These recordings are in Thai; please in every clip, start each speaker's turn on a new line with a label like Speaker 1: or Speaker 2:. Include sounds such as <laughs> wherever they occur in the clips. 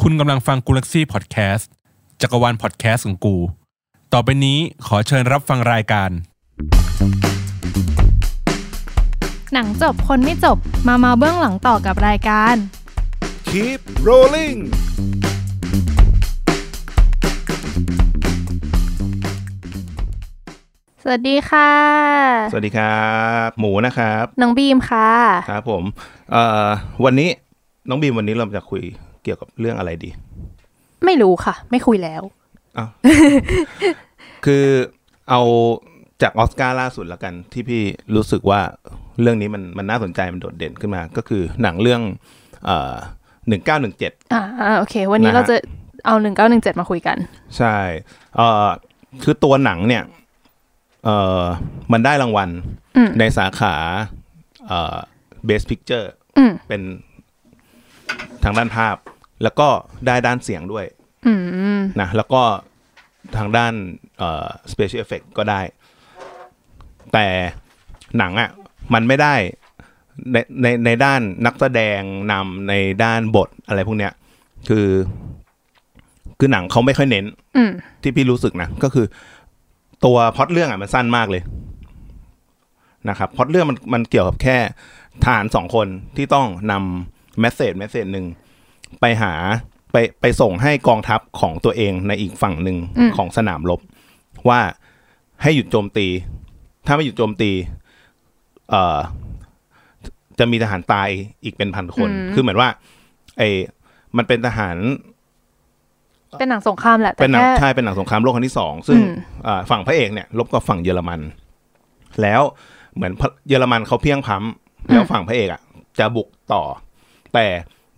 Speaker 1: คุณกำลังฟังกูลักซี่พอดแคสต์จักรวาลพอดแคสต์ของกู ต่อไปนี้ขอเชิญรับฟังรายการ
Speaker 2: หนังจบคนไม่จบมาเมาเบื้องหลังต่อกับรายการ
Speaker 3: Keep rolling
Speaker 2: สวัสดีค่ะ
Speaker 3: สวัสดีครับ หมูนะครับ
Speaker 2: น้องบีมค่ะ
Speaker 3: ครับผมเอ่อวันนี้น้องบีมวันนี้เราจะคุยเกี่ยวกับเรื่องอะไรดี
Speaker 2: ไม่รู้ค่ะ ไม่คุยแล้ว
Speaker 3: อ้าว คือเอาจากออสการ์ล่าสุดละกัน ที่พี่รู้สึกว่าเรื่องนี้มันมันน่าสนใจมันโดดเด่นขึ้นมา ก็คือหนังเรื่องเอ่อหนึ่งเก้าหนึ่งเจ็ด
Speaker 2: อ่าโอเค วันนี้
Speaker 3: นะฮะ
Speaker 2: เราจะเอาหนึ่งเก้าหนึ่งเจ็ดมาคุยกัน
Speaker 3: ใช่ เอ่อ คือตัวหนังเนี่ย เอ่อ มันได้รางวัล
Speaker 2: อืม
Speaker 3: ในสาขา เอ่อ best picture
Speaker 2: อืม
Speaker 3: เป็นทางด้านภาพ แล้วก็ได้ด้านเสียงด้วย
Speaker 2: อืม
Speaker 3: นะ แล้วก็ทางด้าน เอ่อ special effect ก็ได้ แต่หนังอะ่ะ มันไม่ได้ในในในด้านนักแสดงนำในด้านบทอะไรพวกเนี้ย คือ คือหนังเขาไม่ค่อยเน้น
Speaker 2: อืม
Speaker 3: ที่พี่รู้สึกนะก็คือตัวพล็อตเรื่องอ่ะมันสั้นมากเลยนะครับพล็อตเรื่องมันมันเกี่ยวกับแค่ทหารสองคนที่ต้องนำเมสเซจเมสเซจหนึ่งไปหาไปไปส่งให้กองทัพของตัวเองในอีกฝั่งหนึ่ง
Speaker 2: อืม
Speaker 3: ของสนามรบว่าให้หยุดโจมตี ถ้าไม่หยุดโจมตี เอ่อ จะมีทหารตายอีกเป็นพันคน คือเหมือนว่า ไอมันเป็นทหาร
Speaker 2: เป็นหนังสงครามแหละแต่
Speaker 3: เป็นหนัง
Speaker 2: แค่
Speaker 3: ใช่เป็นหนังสงครามโลกครั้งที่สองซึ่ง
Speaker 2: อืม
Speaker 3: อ่าฝั่งพระเอกเนี่ย ลบกับฝั่งเยอรมัน แล้วเหมือนพระเยอรมันเขาเพลียงพล้ำแล้วฝั่งพระเอกอ่ะ จะบุกต่อ แต่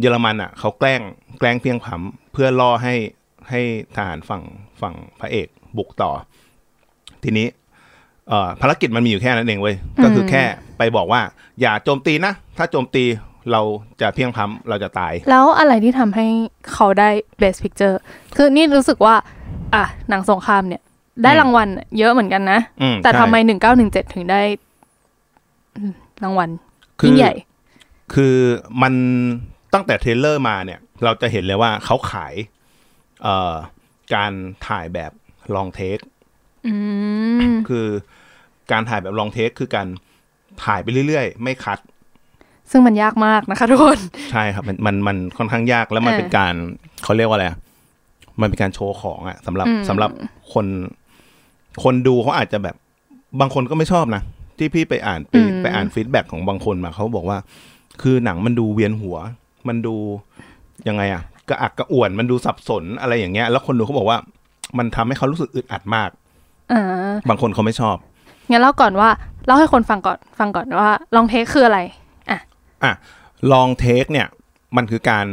Speaker 3: เยอรมันอ่ะเขาแกล้งแกล้งเพลียงพล้ำเพื่อล่อให้ให้ทหารฝั่งฝั่งพระเอก บุกต่อ ทีนี้ เอ่อภารกิจมันมีอยู่แค่นั้นเองเว้ยก็คือแค่ไปบอกว่า อย่าโจมตีนะถ้าโจมตีเราจะเพลียงพล้ำเราจะตาย
Speaker 2: แล้วอะไรที่ทำให้เขาได้ best picture คือนี่รู้สึกว่า อ่ะหนังสงครามเนี่ย ได้
Speaker 3: อืม
Speaker 2: รางวัลเยอะเหมือนกันนะ
Speaker 3: อืม
Speaker 2: แต่
Speaker 3: ใช่
Speaker 2: ทำไมหนึ่งเก้าหนึ่งเจ็ดถึงได้อืมรางวัล
Speaker 3: คือ
Speaker 2: ยิ่งใหญ่
Speaker 3: คือมันตั้งแต่เทรลเลอร์มาเนี่ย เราจะเห็นเลยว่าเขาขายเอ่อการถ่ายแบบลองเทค
Speaker 2: อืม
Speaker 3: คือการถ่ายแบบลองเทคคือการถ่ายไปเรื่อยๆ ไม่คัด
Speaker 2: ซึ่งมันยากมากนะคะ <laughs> ทุกคน
Speaker 3: ใช่ครับ มันมันมันค่อนข้างยากแล้วมัน
Speaker 2: เออ
Speaker 3: เป็นการเขาเรียกว่าอะไรอะมันเป็นการโชว์ของอะสำหรับ
Speaker 2: อืม
Speaker 3: สำหรับคนคนดูเขาอาจจะแบบบางคนก็ไม่ชอบนะ ที่พี่ไปอ่านไปไปอ่านฟีดแบ็กของบางคนมาเขาบอกว่า คือหนังมันดูเวียนหัว มันดูยังไงอะกระอักกระอ่วนมันดูสับสนอะไรอย่างเงี้ย แล้วคนดูเขาบอกว่า มันทำให้เขารู้สึกอึดอัดมาก
Speaker 2: อ่า
Speaker 3: บางคนเขาไม่ชอบ
Speaker 2: งั้นเล่าก่อนว่าเล่าให้คนฟังก่อนฟังก่อนว่าลองเทคคืออะไร <laughs>
Speaker 3: อ่ะลองเทคเนี่ย มันคือการ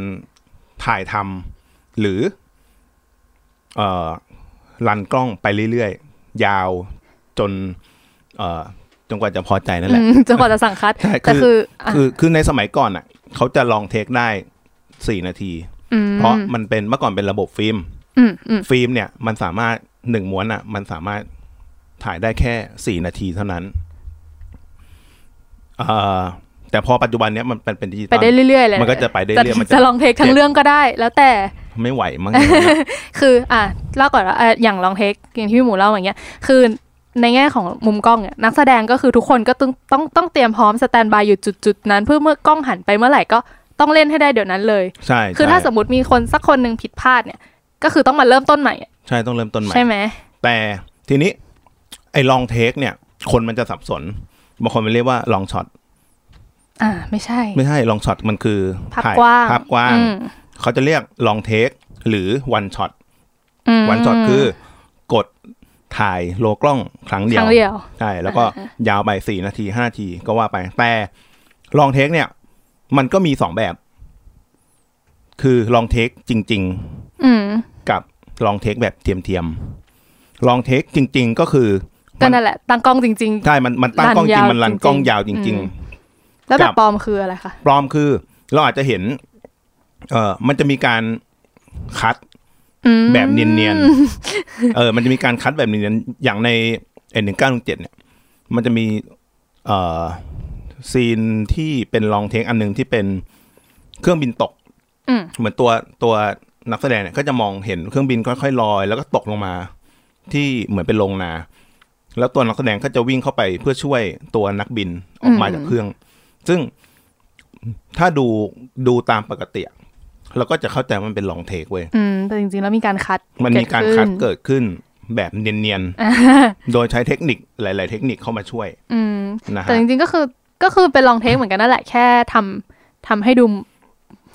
Speaker 3: ถ่ายทำหรือเอ่อรันกล้องไปเรื่อยๆ ยาวจนเอ่อจนกว่าจะพอใจนั่นแหละ
Speaker 2: อืมจนกว่าจะสั่งคัด
Speaker 3: ใช่คือ
Speaker 2: แต่คืออ่ะ
Speaker 3: คือคือในสมัยก่อนอ่ะเขาจะลองเทคได้สี่นาที
Speaker 2: ม
Speaker 3: เพราะมันเป็นเมื่อก่อนเป็นระบบฟิล์ม
Speaker 2: อืมอืม
Speaker 3: ฟิล์มเนี่ยมันสามารถหนึ่งม้วนอ่ะ มันสามารถถ่ายได้แค่สี่นาทีเท่านั้นเอ่อแต่พอปัจจุบันเนี้ยมันเป็นเป็นดิจิตอ
Speaker 2: ไป
Speaker 3: ล
Speaker 2: ได้เรื่อยๆเลย
Speaker 3: มันก็จะไปได้
Speaker 2: แต่
Speaker 3: เรื่อยๆมัน
Speaker 2: จะ
Speaker 3: จะ
Speaker 2: ลองเทคทั้งเรื่องก็ได้ แล้วแต่
Speaker 3: ไม่ไหวมั้งเนี่ย
Speaker 2: <laughs> คืออ่ะเล่าก่อนว่าอ่ะอย่างลองเทคอย่างที่พี่หมูเล่าอย่างเงี้ยคือในแง่ของมุมกล้องเนี่ยนักแสดงก็คือทุกคนก็ต้องต้องต้องเตรียมพร้อมสแตนบายอยู่จุดๆนั้นเพื่อเมื่อกล้องหันไปเมื่อไหร่ก็ต้องเล่นให้ได้เดี๋ยวนั้นเลย
Speaker 3: ใช่
Speaker 2: คือ
Speaker 3: ใช่
Speaker 2: ถ้าสมมติมีคนสักคนหนึ่งผิดพลาดเนี่ย ก็คือต้องมาเริ่มต้นใหม่อ่ะ
Speaker 3: ใช่ต้องเริ่มต้นใหม่
Speaker 2: ใช่ไหม
Speaker 3: แต่ทีนี้ ไอ้ลองเทคเนี่ย คนมันจะสับสนบางคนมันเรียกว่าลองช็อต
Speaker 2: อ่า ไม่ใช่
Speaker 3: ไม่ใช่ลองช็อตมันคือ
Speaker 2: ภาพ
Speaker 3: ถ่ย
Speaker 2: กว้าง
Speaker 3: ภาพกว้าง
Speaker 2: อืม
Speaker 3: เขาจะเรียกลองเทคหรือวันช็อต
Speaker 2: ม
Speaker 3: วันช็อตคือกดถ่ายโลกล้องครั้งเดี
Speaker 2: ค
Speaker 3: ย
Speaker 2: รั้
Speaker 3: ว
Speaker 2: งเดียว
Speaker 3: ใช่แล้วก็ยาวไปสี่นาทีห้านาทีก็ว่าไป แต่ลองเทคเนี่ย มันก็มีสองแบบ คือลองเทคจริง ๆ
Speaker 2: อืม
Speaker 3: กับลองเทคแบบเทียมๆลองเทคจริง ๆ ก็คือ
Speaker 2: ก็นั่นแหละตั้งกล้องจริง
Speaker 3: ใช่ มันมันตั้งกล้องจริ
Speaker 2: รันยาง ว
Speaker 3: มันรัน
Speaker 2: จริงๆ
Speaker 3: กล้องยาวจ
Speaker 2: อื
Speaker 3: ริง
Speaker 2: ม ๆ แล้วแบ
Speaker 3: ครับ บ
Speaker 2: ปลอมคืออะไรคะ
Speaker 3: ๆ ปลอมคือ เราอาจจะเห็น เอ่อมันจะมีการคัด
Speaker 2: อืม
Speaker 3: แบบเนียนๆ เออ มันจะมีการคัดแบบเนียนๆ อย่างในเอ็นหนึ่งเก้าหนึ่งเจ็ดเนี่ย มันจะมี เอ่อ ซีนที่เป็นลองเทคอันหนึ่งที่เป็นเครื่องบินตก
Speaker 2: อืม
Speaker 3: เหมือนตัวตัว นักแสดงเนี่ยก็จะมองเห็นเครื่องบินค่อยๆลอย แล้วก็ตกลงมา ที่เหมือนเป็นโรงนา แล้วตัวนักแสดงก็จะวิ่งเข้าไปเพื่อช่วยตัวนักบินออกมา
Speaker 2: อืม
Speaker 3: จากเครื่อง ซึ่งถ้าดูดูตามปกติอะเราก็จะเข้าใจว่ามันเป็นลองเทคเว้ย
Speaker 2: อืมแต่จริงๆแล้วมีการคัด
Speaker 3: มันมีการคัด
Speaker 2: เกิดขึ้น
Speaker 3: เกิดขึ้นแบบเนียนๆ โดยใช้เทคนิคหลาย ๆ เทคนิคเข้ามาช่วย
Speaker 2: อืม
Speaker 3: นะฮะ
Speaker 2: แต่จริงๆก็คือก็คือเป็นลองเทคเหมือนกันนั่นแหละแค่ทำทำให้ดู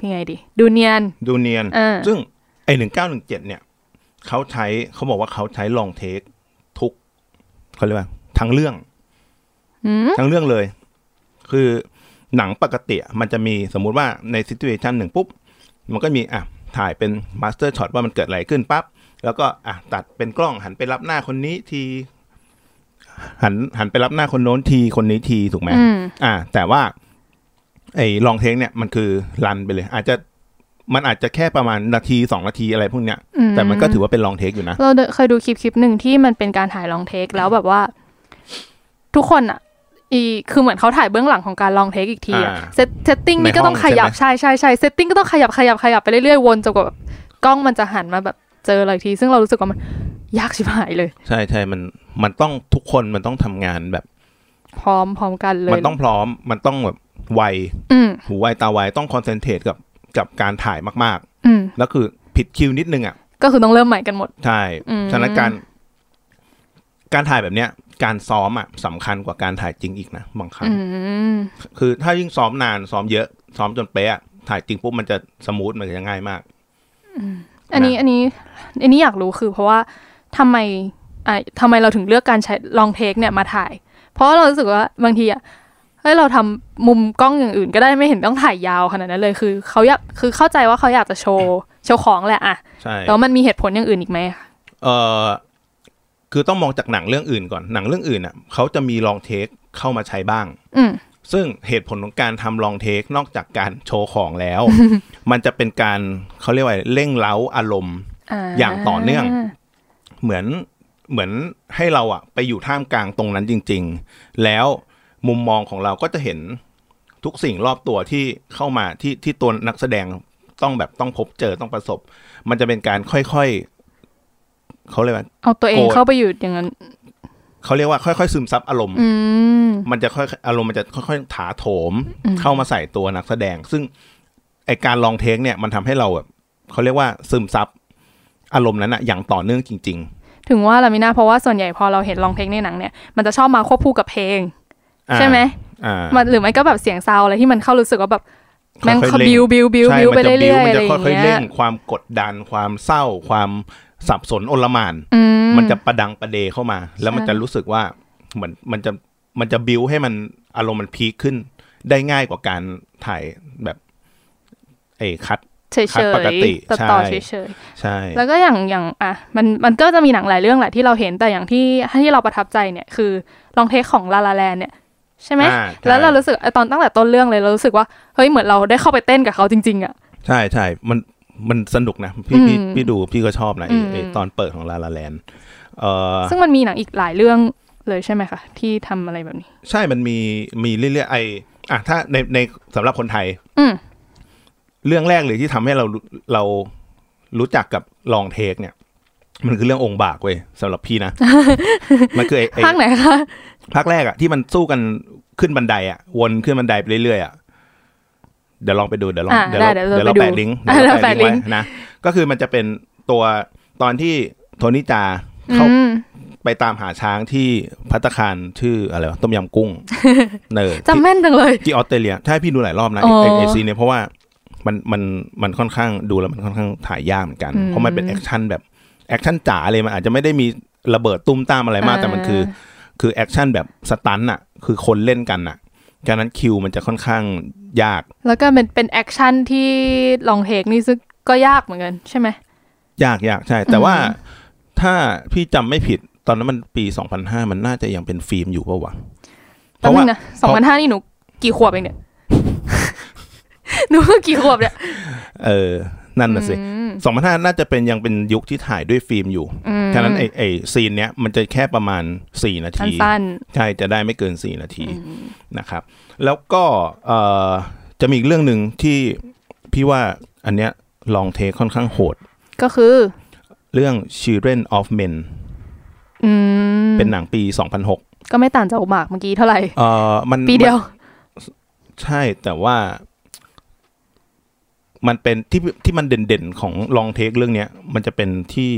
Speaker 2: ยังไงดี ดูเนียน
Speaker 3: ดูเนียน
Speaker 2: เออ
Speaker 3: ซึ่งไอหนึ่งเก้าหนึ่งเจ็ดเนี่ย เขาใช้เขาบอกว่าเขาใช้ลองเทคทุกเขาเรียกว่าทั้งเรื่อง
Speaker 2: อืม
Speaker 3: ทั้งเรื่องเลย คือหนังปกติอะมันจะมีสมมุติว่าในซิ t u เ t ชันหนึ่งปุ๊บ มันก็มีอ่ะถ่ายเป็นมาสเตอร์ช็อตว่ามันเกิดอะไรขึ้นปั๊บ แล้วก็อ่ะตัดเป็นกล้องหันไปรับหน้าคนนี้ที หันหันไปรับหน้าคนโน้นทีคนนี้ทีถูกไหม
Speaker 2: อืม
Speaker 3: อ่าแต่ว่า ไอ้ลองเทคเนี่ยมันคือรันไปเลย อาจจะมันอาจจะแค่ประมาณนาทีสองนาทีอะไรพวกเนี้ย
Speaker 2: อืม
Speaker 3: แต่มันก็ถือว่าเป็นลองเทคอยู่นะ
Speaker 2: เราเคยดูคลิปคลิปหนึ่งที่มันเป็นการถ่ายลองเทคแล้วแบบว่า ทุกคนอะอีคือเหมือนเขาถ่ายเบื้องหลังของการลองเทคอีกทีอะ
Speaker 3: อ่า
Speaker 2: เซตเซตติ้งนี่ก็ต้อง
Speaker 3: ในห้
Speaker 2: ของยับ
Speaker 3: ใช่ไหม
Speaker 2: ใช่ใช่ใช่เซตติ้งก็ต้องขยับขยับขยับไปเรื่อยๆวนจนกว่าแบบกล้องมันจะหันมาแบบเจออะไรที ซึ่งเรารู้สึกว่ามันยากชิบหายเลย
Speaker 3: ใช่ใช่มันมันต้องทุกคนมันต้องทำงานแบบ
Speaker 2: พร้อมพร้อมกันเล
Speaker 3: มั
Speaker 2: ย
Speaker 3: นต้องพร้อมมันต้องแบบไว
Speaker 2: อืม
Speaker 3: หูไวตาไวต้องคอนเซนเทรตกับกับการถ่ายมาก
Speaker 2: อืม
Speaker 3: ๆ แล้วคือผิดคิวนิดนึงอ่ะ
Speaker 2: ก็คือต้องเริ่มใหม่กันหมด
Speaker 3: ใช่
Speaker 2: อืม
Speaker 3: ฉะนั้นการการถ่ายแบบเนี้ย การซ้อมอ่ะสำคัญกว่าการถ่ายจริงอีกนะบางครั้ง
Speaker 2: อืม
Speaker 3: คือถ้ายิ่งซ้อมนานซ้อมเยอะ ซ้อมจนเป๊ะอะถ่ายจริงปุ๊บมันจะสมูทมันจะง่ายมาก
Speaker 2: อันนี้
Speaker 3: นะ
Speaker 2: อันนี้อันนี้อยากรู้คือเพราะว่าทำไมอ่ะทำไมเราถึงเลือกการใช้ลองเทคเนี่ยมาถ่าย เพราะเรารู้สึกว่าบางทีอ่ะเฮ้ยเราทำมุมกล้องอย่างอื่นก็ได้ไม่เห็นต้องถ่ายยาวขนาดนั้นเลยคือเขาอยากคือเข้าใจว่าเขาอยากจะโชว์โชว์ของแหละอ่ะ
Speaker 3: ใช่
Speaker 2: แต่ว่ามันมีเหตุผลอย่างอื่นอีกไหมอะ
Speaker 3: เออคือต้องมองจากหนังเรื่องอื่นก่อนหนังเรื่องอื่นอ่ะเขาจะมีลองเทคเข้ามาใช้บ้าง
Speaker 2: อืม
Speaker 3: ซึ่งเหตุผลของการทำลองเทคนอกจากการโชว์ของแล้ว <laughs> มันจะเป็นการเขาเรียกว่าเร่งเร้าอารมณ์ อย่างต่อเนื่อง เหมือนเหมือนให้เราอะไปอยู่ท่ามกลางตรงนั้นจริง ๆ แล้วมุมมองของเราก็จะเห็นทุกสิ่งรอบตัวที่เข้ามาที่ที่ตัวนักแสดงต้องแบบต้องพบเจอต้องประสบ มันจะเป็นการค่อยๆเขาเรียกว่า
Speaker 2: เอาตัวเอง
Speaker 3: โกรธ
Speaker 2: เข้าไปอยู่อย่างนั้น
Speaker 3: เขาเรียกว่าค่อยๆซึมซับอารมณ์
Speaker 2: อืม
Speaker 3: มันจะค่อยอารมณ์มันจะค่อยๆถาโถมเข้ามาใส่ตัวนักแสดง ซึ่งไอการลองเทคเนี่ยมันทำให้เราแบบเขาเรียกว่าซึมซับอารมณ์นั้นอะอย่างต่อเนื่องจริง
Speaker 2: ถึงว่าลามิน่าเพราะว่าส่วนใหญ่พอเราเห็นลองเทคในหนังเนี่ยมันจะชอบมาควบคู่กับเพลง
Speaker 3: ๆอ่า
Speaker 2: ใช่ไหม
Speaker 3: อ่า
Speaker 2: มันหรือไม่ก็แบบเสียงซาวอะไรที่มันเข้ารู้สึกว่าแบบแม่ง
Speaker 3: ค่อยๆเร่ง
Speaker 2: บิวบิวบิว
Speaker 3: ใช่
Speaker 2: บิว
Speaker 3: มัน
Speaker 2: ไป
Speaker 3: จะ
Speaker 2: เรื่อยๆ
Speaker 3: มั
Speaker 2: อะไร
Speaker 3: จะ
Speaker 2: อย่าง
Speaker 3: ค่อยๆ
Speaker 2: เงี้
Speaker 3: เร่
Speaker 2: ย
Speaker 3: งความกดดัน ความเศร้า ความสับสนโอลหมาน
Speaker 2: อื
Speaker 3: มันจะประดังประเดเข้ามา แล้วมันจะรู้สึกว่าเหมือนมันจะมันจะบิวให้มันอารมณ์มันพีคขึ้น ได้ง่ายกว่าการถ่ายแบบไอ้คัด
Speaker 2: เฉย
Speaker 3: ขาดปกติ
Speaker 2: ๆตัดต่อ
Speaker 3: ใช่
Speaker 2: เฉย
Speaker 3: ใช่
Speaker 2: ๆแล้วก็อย่างอย่างอ่ะมันมันก็จะมีหนังหลายเรื่องแหละที่เราเห็นแต่อย่างที่ที่เราประทับใจเนี่ยคือลองเทคของลาลาแลนเนี่ยใช่ไหม
Speaker 3: อ่าใช่
Speaker 2: แล้วเรารู้สึกไอ้ตอนตั้งแต่ต้นเรื่องเลยเรารู้สึกว่าเฮ้ยเหมือนเราได้เข้าไปเต้นกับเขาจริงๆอ่ะ
Speaker 3: ใช่ใช่มันมันสนุกนะพี่พี่
Speaker 2: อืม
Speaker 3: พี่ดูพี่ก็ชอบนะไอ้ไอ้
Speaker 2: อืม
Speaker 3: ตอนเปิดของลาลาแลนเออ
Speaker 2: ซึ่งมันมีหนังอีกหลายเรื่องเลยใช่ไหมคะที่ทำอะไรแบบนี้
Speaker 3: ใช่มันมีมีเรื่อยๆไอ้อ่ะถ้าในในสำหรับคนไทย
Speaker 2: อืม
Speaker 3: เรื่องแรกเลยที่ทำให้เรารู้เรารู้จักกับลองเทคเนี่ย มันคือเรื่ององค์บากเว้ยสำหรับ
Speaker 2: <laughs>
Speaker 3: พี่นะ มันคือไอ้ไอ้
Speaker 2: ภาคไหนคะ
Speaker 3: ภาคแรกอะที่มันสู้กันขึ้นบันไดอะวนขึ้นบันไดไปเรื่อยๆอะเดี๋ยวลองไปดูเดี๋ยวลอง
Speaker 2: อ่า
Speaker 3: เดี๋ยว
Speaker 2: ได้
Speaker 3: เรา
Speaker 2: เดี๋ยว
Speaker 3: เดี๋ยว
Speaker 2: เรา
Speaker 3: เรา
Speaker 2: ไปดู
Speaker 3: แปะลิงก์
Speaker 2: อ่ะ
Speaker 3: เดี๋ยว
Speaker 2: เรา
Speaker 3: เราแปะ
Speaker 2: แปะ
Speaker 3: ลิ
Speaker 2: ลิ
Speaker 3: ง
Speaker 2: ง
Speaker 3: ก์
Speaker 2: ก์
Speaker 3: ไว้นะก็คือมันจะเป็นตัวตอนที่โทนิจา
Speaker 2: อื
Speaker 3: เขา
Speaker 2: ม
Speaker 3: ไปตามหาช้างที่พัตตาคารชื่ออะไรวะต้มยำกุ้ง เนอ
Speaker 2: จำแม่นจังเลย
Speaker 3: ที่ออสเตรเลียถ้าให้พี่ดูหลายรอบนะ
Speaker 2: อ๋
Speaker 3: ไอ้
Speaker 2: อ
Speaker 3: ไอไอซีนเนี่ยเพราะว่ามันมันมันค่อนข้างดูแล้วมันค่อนข้างถ่ายยากเหมือนกัน
Speaker 2: อืม
Speaker 3: เพราะมันเป็นแอคชั่นแบบแอคชั่นจ๋าเลยมันอาจจะไม่ได้มีระเบิดตุ้มตามอะไรมาก
Speaker 2: อ่า
Speaker 3: แต่มันคือ คือแอคชั่นแบบสตันต์อะคือคนเล่นกันอะฉะนั้นคิวมันจะค่อนข้างยาก
Speaker 2: แล้วก็เป็นเป็นแอคชั่นที่ลองเทคนี่ซึ่งก็ยากเหมือนกันใช่ไหม
Speaker 3: ยากยากใช่ แต่ว่า
Speaker 2: อืม
Speaker 3: ถ้าพี่จำไม่ผิดตอนนั้นมันปี 2005 มันน่าจะยังเป็นฟิล์มอยู่ปะวะเพ
Speaker 2: ตอน
Speaker 3: ราะ
Speaker 2: นึ
Speaker 3: ว่าง
Speaker 2: นะสองพันห้านี่หนูกี่ขวบเองเนี่ย <laughs> หนูกี่ขวบเนี่ย
Speaker 3: เออนั่นน่ะสิ
Speaker 2: อืม
Speaker 3: สองพันห้าน่าจะเป็นยังเป็นยุคที่ถ่ายด้วยฟิล์มอยู่ ฉะนั้นไอไอซีนเนี้ยมันจะแค่ประมาณ 4 นาที
Speaker 2: สั้น
Speaker 3: ใช่จะได้ไม่เกิน 4 นาทีนะครับ แล้วก็เอ่อจะมีอีกเรื่องหนึ่งที่พี่ว่าอันเนี้ย ลองเทคค่อนข้างโหด
Speaker 2: ก็คือ
Speaker 3: เรื่อง Children of Men
Speaker 2: อืม
Speaker 3: เป็นหนังปี 2006
Speaker 2: ก็ไม่ต่างจากอุบากเมื่อกี้เท่าไหร่
Speaker 3: เอ่อมัน
Speaker 2: ปีเดียว
Speaker 3: ใช่แต่ว่า มันเป็นที่ที่มันเด่นๆ ของลองเทคเรื่องเนี้ย มันจะเป็นที่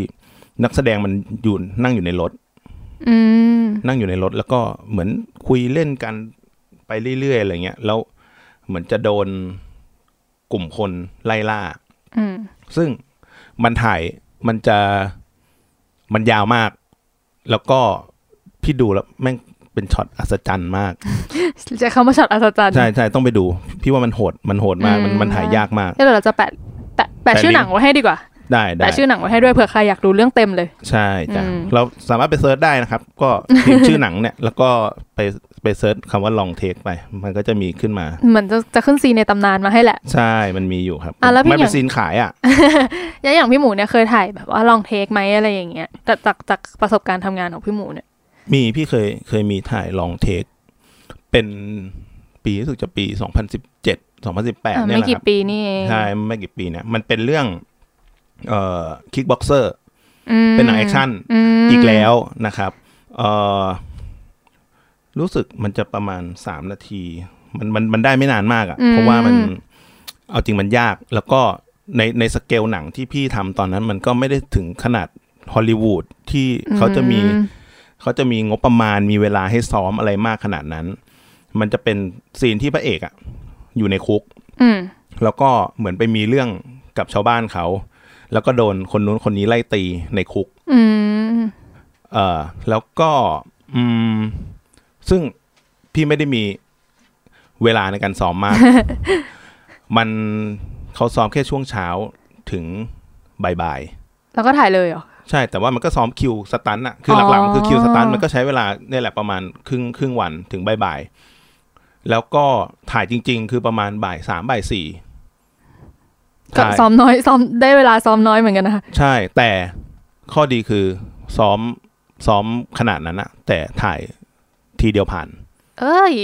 Speaker 3: นักแสดงมันอยู่นั่งอยู่ในรถ
Speaker 2: อืม
Speaker 3: นั่งอยู่ในรถแล้วก็เหมือนคุยเล่นกันไปเรื่อยๆอะไรเงี้ยแล้วเหมือนจะโดนกลุ่มคนไล่ล่า
Speaker 2: อืม
Speaker 3: ซึ่งมันถ่ายมันจะมันยาวมาก แล้วก็พี่ดูแล้วแม่งเป็นช็อตอัศจรรย์มาก
Speaker 2: จะคำว่าช็อตอัศจรรย์
Speaker 3: ใช่ใช่ต้องไปดู พี่ว่ามันโหดมันโหดมาก มัน
Speaker 2: อืม
Speaker 3: มันถ่ายยากมาก
Speaker 2: เดี๋ยวเราจะแปะแปะแปะ
Speaker 3: แปะ
Speaker 2: ชื่อ
Speaker 3: ลิงก์
Speaker 2: หนังไว้ให้ดีกว่า
Speaker 3: ได้ได้
Speaker 2: แปะชื่อหนังไว้ให้ด้วยเผื่อใครอยากดูเรื่องเต็มเลย
Speaker 3: ใช่จ้ะ
Speaker 2: อืม
Speaker 3: เราสามารถไปเซิร์ชได้นะครับ ก็พิมพ์ชื่อหนังเนี่ย แล้วก็ไปไปเซิร์ชคำว่าลองเทคไป มันก็จะมีขึ้นมา
Speaker 2: เหมือนจะจะขึ้นซีนในตำนานมาให้แหละ
Speaker 3: ใช่มันมีอยู่ครับ
Speaker 2: อ่ะแล้วพี่
Speaker 3: มัน
Speaker 2: อ
Speaker 3: เป็
Speaker 2: ย่าน ง
Speaker 3: ซีนขายอ่ะ
Speaker 2: อย่างอย่างพี่หมูเนี่ยเคยถ่ายแบบว่าลองเทคไหมอะไรอย่างเงี้ยแต่จากจากประสบการณ์ทำงานของพี่หมูเนี่ย
Speaker 3: มีพี่เคยเคยมีถ่ายลองเทคเป็นปีรู้สึกจะปี 2017 2018
Speaker 2: อ่ะ
Speaker 3: เนี่ย
Speaker 2: ไม่
Speaker 3: แหละค
Speaker 2: กี่
Speaker 3: รับ
Speaker 2: ปีนี่เอง
Speaker 3: ใช่ไม่กี่ปีเนี่ย มันเป็นเรื่องเอ่อคิกบ็อกเซอร์
Speaker 2: อืม
Speaker 3: เป็นหนังแอคชั่น
Speaker 2: ม
Speaker 3: อีกแล้วนะครับเอ่อรู้สึกมันจะประมาณ 3 นาที มันมันมันได้ไม่นานมากอะ่ะ เพราะว่ามันเอาจริงมันยาก แล้วก็ในในสเกลหนังที่พี่ทำตอนนั้น มันก็ไม่ได้ถึงขนาดฮอลลีวูดที่เขาจะมี
Speaker 2: อื
Speaker 3: เขาจะมีงบประมาณมีเวลาให้ซ้อมอะไรมากขนาดนั้น มันจะเป็นซีนที่พระเอกอะอยู่ในคุก
Speaker 2: อืม
Speaker 3: แล้วก็เหมือนไปมีเรื่องกับชาวบ้านเขา แล้วก็โดนคนนู้นคนนี้ไล่ตีในคุก
Speaker 2: อืม
Speaker 3: เอ่อแล้วก็อืมซึ่งพี่ไม่ได้มีเวลาในการซ้อม
Speaker 2: <laughs>
Speaker 3: มาก มันเขาซ้อมแค่ช่วงเช้าถึงบ่ายๆ
Speaker 2: แล้วก็ถ่ายเลยเหรอ
Speaker 3: ใช่แต่ว่ามันก็ซ้อมคิวสตันอะคือ
Speaker 2: อ
Speaker 3: หลักๆมันคือคิวสตันมันก็ใช้เวลาเนี่ยแหละประมาณครึ่งครึ่งวันถึงบ่ายๆแล้วก็ถ่ายจริง ๆ คือประมาณบ่ายสามบ่ายสี่
Speaker 2: ก็
Speaker 3: ถ่าย
Speaker 2: ซ้อมน้อยซ้อมได้เวลาซ้อมน้อยเหมือนกันนะคะ
Speaker 3: ใช่ แต่ข้อดีคือซ้อมซ้อมขนาดนั้นอะแต่ถ่ายทีเดียวผ่าน
Speaker 2: เอ้ย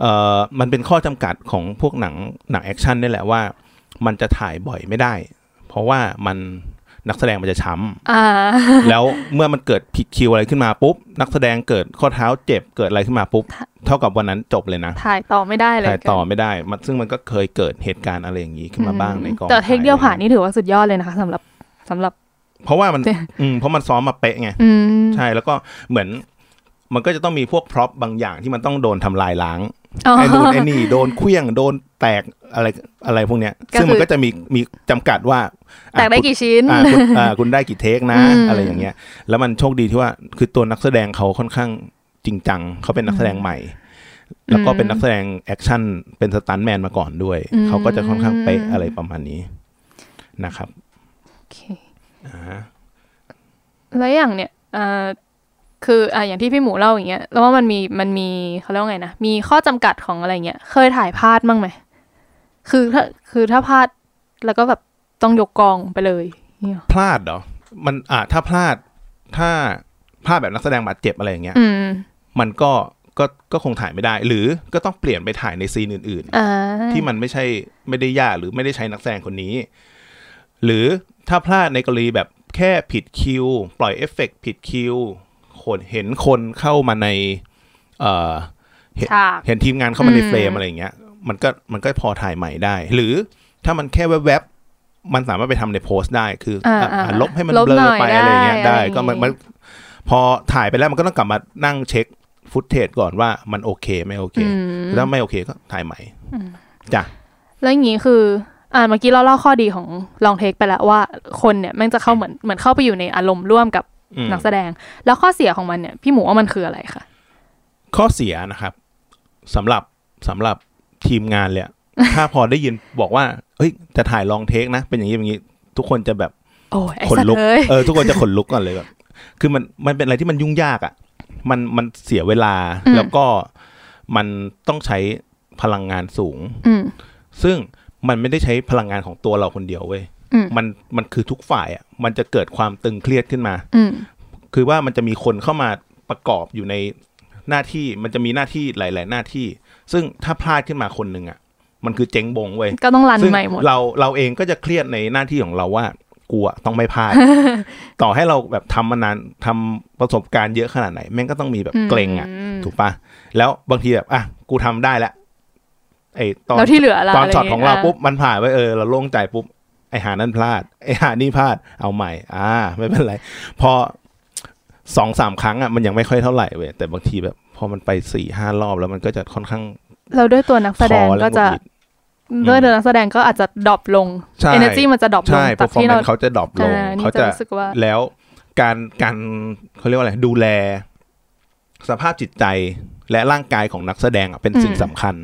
Speaker 3: เอ่อมันเป็นข้อจำกัดของพวกหนังหนังแอคชั่นนี่แหละว่า มันจะถ่ายบ่อยไม่ได้ เพราะว่ามันนักแสดงมันจะช้ำ
Speaker 2: <laughs> อ่า
Speaker 3: แล้วเมื่อมันเกิดผิดคิวอะไรขึ้นมาปุ๊บ นักแสดงเกิดข้อเท้าเจ็บเกิดอะไรขึ้นมาปุ๊บ เท่ากับวันนั้นจบเลยนะ
Speaker 2: ถ่ายต่อไม่ได้เลย
Speaker 3: ถ่ายต่อไม่ได้มันซึ่งมันก็เคยเกิดเหตุการณ์อะไรอย่างนี้ขึ้นมาบ้างในกอง
Speaker 2: แต่เทคเดียวผ่าน
Speaker 3: ถ่
Speaker 2: นี่ถือว่าสุดยอดเลยนะคะสำหรับสำหรับ
Speaker 3: เพราะว่ามัน
Speaker 2: เจ๊
Speaker 3: อืมเพราะมันซ้อมมาเป๊ะไง
Speaker 2: อืม
Speaker 3: ใช่แล้วก็เหมือน มันก็จะต้องมีพวกพร็อพบางอย่างที่มันต้องโดนทำลายล้าง
Speaker 2: อ๋อ
Speaker 3: ไอ้นู่นไอ้นี่โดนเคลี้ยงโดนแตกอะไรอะไรพวกเนี้ย
Speaker 2: ก็คือ
Speaker 3: ซึ่งมันก็จะมีมีจำกัดว่าอ่ะ
Speaker 2: แต่ได้กี่ชิ้น
Speaker 3: อ่าคุณอ่าคุณได้กี่เทคนะ
Speaker 2: อืม
Speaker 3: อะไรอย่างเงี้ย แล้วมันโชคดีที่ว่าคือตัวนักแสดงเขาค่อนข้างจริงจัง เขาเป็นนักแสดงใหม่ แล้วก็เป็นนักแสดงแอคชั่นเป็นสตันท์แมนมาก่อนด้วย
Speaker 2: อืม
Speaker 3: เขาก็จะค่อนข้างเป๊ะอะไรประมาณนี้นะครับ
Speaker 2: โอเค
Speaker 3: อ่า
Speaker 2: แล้วอย่างเนี่ยเอ่อคืออ่ะอย่างที่พี่หมูเล่าอย่างเงี้ย แล้วว่ามันมี มันมีเขาเรียกว่าไงนะ มีข้อจำกัดของอะไรเงี้ย เคยถ่ายพลาดบ้างไหม คือถ้า คือถ้าพลาด แล้วก็แบบต้องยกกองไปเลยเนี่ยหรอ
Speaker 3: พลาดเหรอ มันอ่าถ้าพลาดถ้าพลาดแบบนักแสดงบาดเจ็บอะไรอย่างเงี้ย
Speaker 2: อืม
Speaker 3: มันก็ก็ก็คงถ่ายไม่ได้ หรือก็ต้องเปลี่ยนไปถ่ายในซีนอื่น ๆ
Speaker 2: อ่า
Speaker 3: ที่มันไม่ใช่ไม่ได้ยากหรือไม่ได้ใช้นักแสดงคนนี้ หรือถ้าพลาดในกรณีแบบแค่ผิดคิว ปล่อยเอฟเฟกต์ผิดคิวคนเห็นคนเข้ามาใน เอ่อ
Speaker 2: ฉาก
Speaker 3: เห็นทีมงานเข้ามาใน
Speaker 2: อืม
Speaker 3: เฟรมอะไรอย่างเงี้ย มันก็มันก็พอถ่ายใหม่ได้ หรือถ้ามันแค่แวบๆมันสามารถไปทำในโพสต์ได้ คืออ่ะ
Speaker 2: อ่า
Speaker 3: อ่ะ
Speaker 2: อ่า
Speaker 3: ลบให้มัน
Speaker 2: ลบ
Speaker 3: เบล
Speaker 2: หน่
Speaker 3: อ
Speaker 2: อย
Speaker 3: ไปอะไรอย่างเงี้ย
Speaker 2: ได้
Speaker 3: ได้
Speaker 2: อะไรอย่างงี้
Speaker 3: ก็มันมันพอถ่ายไปแล้วมันก็ต้องกลับมานั่งเช็คฟุตเทจก่อนว่ามันโอเคไม่โอเค
Speaker 2: อืม
Speaker 3: ถ้าไม่โอเคก็ถ่ายใหม่จ้ะ
Speaker 2: แล้วอย่างนี้คือ อ่าเมื่อกี้เราเล่าข้อดีของลองเทคไปแล้วว่าคนเนี่ยแม่งจะเข้าเหมือนเหมือนเข้าไปอยู่ในอารมณ์ร่วมกับ
Speaker 3: อืม
Speaker 2: นักแสดง แล้วข้อเสียของมันเนี่ยพี่หมูว่ามันคืออะไรคะ
Speaker 3: ข้อเสียนะครับสำหรับสำหรับทีมงานเลยอะ ถ้าพอได้ยินบอกว่าเฮ้ยจะถ่ายลองเทคนะ เป็นอย่างนี้เป็นอย่างนี้ ทุกคนจะแบบ
Speaker 2: โอ้ยไอ้
Speaker 3: ขน
Speaker 2: สัต
Speaker 3: ลุก
Speaker 2: ว์เอ้ย
Speaker 3: เออทุกคนจะขนลุกก่อนเลยแบบคือมันมันเป็นอะไรที่มันยุ่งยากอะ่ะ มันมันเสียเวลาแล้วก็มันต้องใช้พลังงานสูง
Speaker 2: อืม
Speaker 3: ซึ่งมันไม่ได้ใช้พลังงานของตัวเราคนเดียวเว้ย
Speaker 2: อืม
Speaker 3: มันมันคือทุกฝ่ายอะ่ะมันจะเกิดความตึงเครียดขึ้นมา
Speaker 2: อืม
Speaker 3: คือว่ามันจะมีคนเข้ามาประกอบอยู่ในหน้าที่มันจะมีหน้าที่หลาย ๆ หน้าที่ ซึ่งถ้าพลาดขึ้นมาคนหนึ่งอะ่ะ มันคือเจ๊งบงเว้ย
Speaker 2: ก็ต้องรัน
Speaker 3: ซึ่ง
Speaker 2: ใหม่หมด
Speaker 3: เราเราเองก็จะเครียดในหน้าที่ของเราว่ากูอะต้องไม่พ
Speaker 2: <laughs>
Speaker 3: ลาด ต่อให้เราแบบทำมานานทำประสบการณ์เยอะขนาดไหน แม่งก็ต้องมีแบบเกรงอ่ะ
Speaker 2: ม
Speaker 3: ถูกปะแล้วบางทีแบบอ่ะกูทำได้ละไอตอน
Speaker 2: แล้วที่เหลือล่ะ
Speaker 3: ตอนช็อต
Speaker 2: ะไ
Speaker 3: ของเรา
Speaker 2: ะ
Speaker 3: ปุ๊บมันผ่านไว้เออเราโล่งใจปุ๊บไอหานั่นพลาด ไอหานี่พลาดเอาใหม่ อ่า ไม่เป็นไร พอสองสามครั้งอ่ะมันยังไม่ค่อยเท่าไหร่เว้ยแต่บางทีแบบ พอมันไปสี่ห้ารอบแล้วมันก็จะค่อนข้าง
Speaker 2: เราด้วยตัวนักแสดง
Speaker 3: ท้อและหงุ
Speaker 2: ก็จะ
Speaker 3: ดหงิด ม
Speaker 2: ด้วยตัวนักแสดงก็อาจจะดรอปลง
Speaker 3: ใช่
Speaker 2: energy มันจะดรอปลง
Speaker 3: ใช่
Speaker 2: จากที่เรา
Speaker 3: performance เขาจะดรอปลง
Speaker 2: อ่นี่
Speaker 3: เขาจะ
Speaker 2: รู้สึกว่า
Speaker 3: แล้วการการเขาเรียกว่าอะไรดูแล สภาพจิตใจและร่างกายของนักแสดงอะเป็นสิ่ง
Speaker 2: อืม
Speaker 3: สำคัญ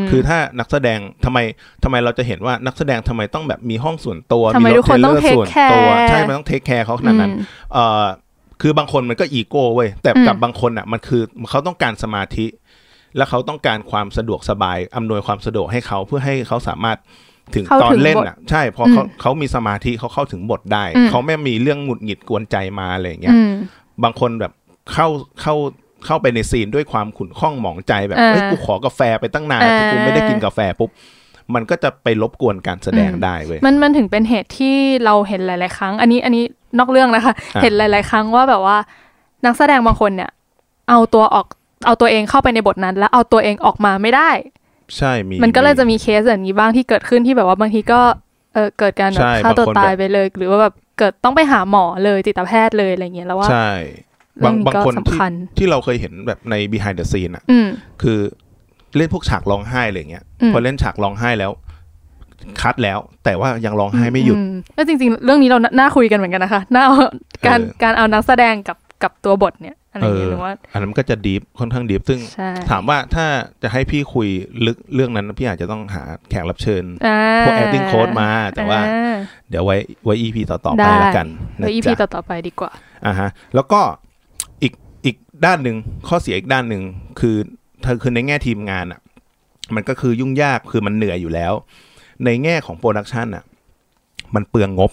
Speaker 2: ม
Speaker 3: คือถ้านักแสดงทำไมทำไมเราจะเห็นว่านักแสดงทำไมต้องแบบมีห้องส่วนตัว
Speaker 2: ทำไม
Speaker 3: ร
Speaker 2: ทุกคนต้อง
Speaker 3: เทรลเลอร์ส่วน
Speaker 2: take
Speaker 3: ตัว
Speaker 2: care
Speaker 3: ใช่มันต้องเทคแคร์เขาขนาดนั้น
Speaker 2: อืม
Speaker 3: เอ่อคือบางคนมันก็อีโก้เว้ยแต่
Speaker 2: อืม
Speaker 3: กับบางคนอ่ะ มันคือเขาต้องการสมาธิ และเขาต้องการความสะดวกสบายอำนวยความสะดวกให้เขาเพื่อให้เขาสามารถถึง
Speaker 2: เข้า
Speaker 3: ตอน
Speaker 2: ถึง
Speaker 3: เล่น
Speaker 2: บท
Speaker 3: อ่ะ ใช่พอเขาเขามีสมาธิเขาเข้าถึงบทได้
Speaker 2: อืม
Speaker 3: เขาไม่มีเรื่องหงุดหงิดกวนใจมาอะไรอย่างเงี้ย
Speaker 2: อืม
Speaker 3: บางคนแบบเข้าเข้าเข้าไปในซีนด้วยความขุ่นข้องหมองใจแบบ
Speaker 2: อ่า
Speaker 3: เอ้ยกูขอกาแฟไปตั้งนาน
Speaker 2: อ่า
Speaker 3: แต่กูไม่ได้กินกาแฟปุ๊บมันก็จะไปรบกวนการแสดงได้เว้ย
Speaker 2: มันมันถึงเป็นเหตุที่เราเห็นหลาย ๆ ครั้ง อันนี้อันนี้นอกเรื่องนะคะ
Speaker 3: อ่ะ
Speaker 2: เห็นหลาย ๆ ครั้งว่าแบบว่า นักแสดงบางคนเนี่ย เอาตัวออกเอาตัวเองเข้าไปในบทนั้น แล้วเอาตัวเองออกมาไม่ได้
Speaker 3: ใช่มี
Speaker 2: มันก็เลยจะมีเคสแบบนี้บ้างที่เกิดขึ้นที่แบบว่าบางทีก็เออเกิดการแบบฆ่าตัวตายไปเลย หรือว่าแบบเกิดต้องไปหาหมอเลยจิตแพทย์เลยอะไรอย่างเงี้ยแล้วว่า
Speaker 3: ใช่
Speaker 2: เรื่
Speaker 3: บา
Speaker 2: อง
Speaker 3: ง
Speaker 2: นี้
Speaker 3: บาง
Speaker 2: ก็
Speaker 3: คน
Speaker 2: สำ
Speaker 3: ที่
Speaker 2: คัญ
Speaker 3: ที่เราเคยเห็นแบบใน behind the scene อะ
Speaker 2: อืม
Speaker 3: คือเล่นพวกฉากร้องไห้อะไรอย่างเงี้ย
Speaker 2: อืม
Speaker 3: พอเล่นฉากร้องไห้แล้ว คัดแล้ว แต่ว่ายังร้องไห้ไม่หยุด
Speaker 2: อืแล้วจริง ๆ เรื่องนี้เราน่าน่าคุยกันเหมือนกันนะคะน่าเอาการ
Speaker 3: เออ
Speaker 2: การเอานักแสดงกับกับตัวบทเนี่ยอะไรอย่างเงี้ยหรือว่า
Speaker 3: อันนั้นมันก็จะดีฟค่อนข้างดีฟซึ่ง
Speaker 2: ใช่
Speaker 3: ถามว่าถ้าจะให้พี่คุยลึกเรื่องนั้น พี่อาจจะต้องหาแขกรับเชิญ
Speaker 2: อ่า
Speaker 3: พวก acting coach มาแต่ว่า
Speaker 2: อ่
Speaker 3: เดี๋ยวไว้ไว้ EP ต่อๆไป
Speaker 2: ได้
Speaker 3: แล้วกัน
Speaker 2: เดี๋ยวอีพี
Speaker 3: นะจ๊ะ
Speaker 2: ต่อๆไปดีกว่า
Speaker 3: อ่าฮะ แล้วก็อีกอีกด้านหนึ่งข้อเสียอีกด้านหนึ่งคือเธอคือในแง่ทีมงานอ่ะ มันก็คือยุ่งยากคือมันเหนื่อยอยู่แล้ว ในแง่ของโปรดักชันอ่ะ มันเปลืองง
Speaker 2: <laughs>
Speaker 3: บ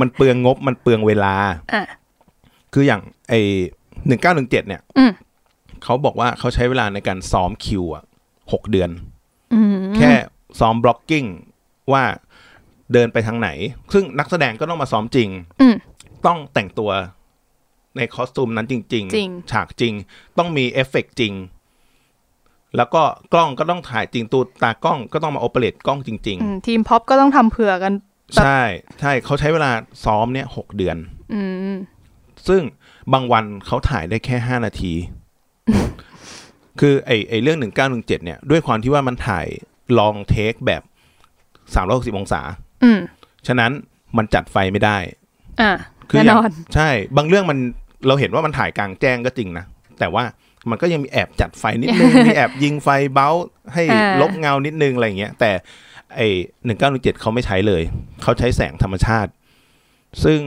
Speaker 3: มันเปลืองงบ มันเปลืองเวลา
Speaker 2: อ่ะ
Speaker 3: คืออย่างไอหนึ่งเก้าหนึ่งเจ็ดเนี่ย
Speaker 2: อืม
Speaker 3: เขาบอกว่าเขาใช้เวลาในการซ้อมคิวอ่ะหกเดือน
Speaker 2: อืม
Speaker 3: แค่ซ้อมบล็อกกิ้งว่าเดินไปทางไหน ซึ่งนักแสดงก็ต้องมาซ้อมจริง
Speaker 2: อืม
Speaker 3: ต้องแต่งตัวในคอสตูมนั้นจริง
Speaker 2: จริง
Speaker 3: ๆ ฉากจริง ต้องมีเอฟเฟกต์จริง แล้วก็กล้องก็ต้องถ่ายจริงตัวตากล้องก็ต้องมาโอเปเรตกล้องจริง
Speaker 2: อืมทีมพ็อปก็ต้องทำเผื่อกัน
Speaker 3: ๆ ใช่ ใช่เขาใช้เวลาซ้อมเนี่ยหกเดือน
Speaker 2: อืม
Speaker 3: ซึ่งบางวันเขาถ่ายได้แค่ห้านาที คือไอไอเรื่องหนึ่งเก้าหนึ่งเจ็ดเนี่ย ด้วยความที่ว่ามันถ่ายลองเทคแบบสามร้อยหกสิบองศา
Speaker 2: อืม
Speaker 3: ฉะนั้นมันจัดไฟไม่ได้
Speaker 2: อ่ะ
Speaker 3: คือ
Speaker 2: แน่
Speaker 3: อน ย่าง
Speaker 2: อน
Speaker 3: ใช่ บางเรื่องมันเราเห็นว่ามันถ่ายกลางแจ้งก็จริงนะ แต่ว่ามันก็ยังมีแอบจัดไฟนิดนึง มีแอบยิงไฟเบ้าให้
Speaker 2: อ่า
Speaker 3: ลบเงานิดนึงอะไรอย่างเงี้ย แต่ไอ้หนึ่งเก้าหนึ่งเจ็ดเขาไม่ใช้เลย เขาใช้แสงธรรมชาติ ซึ่ง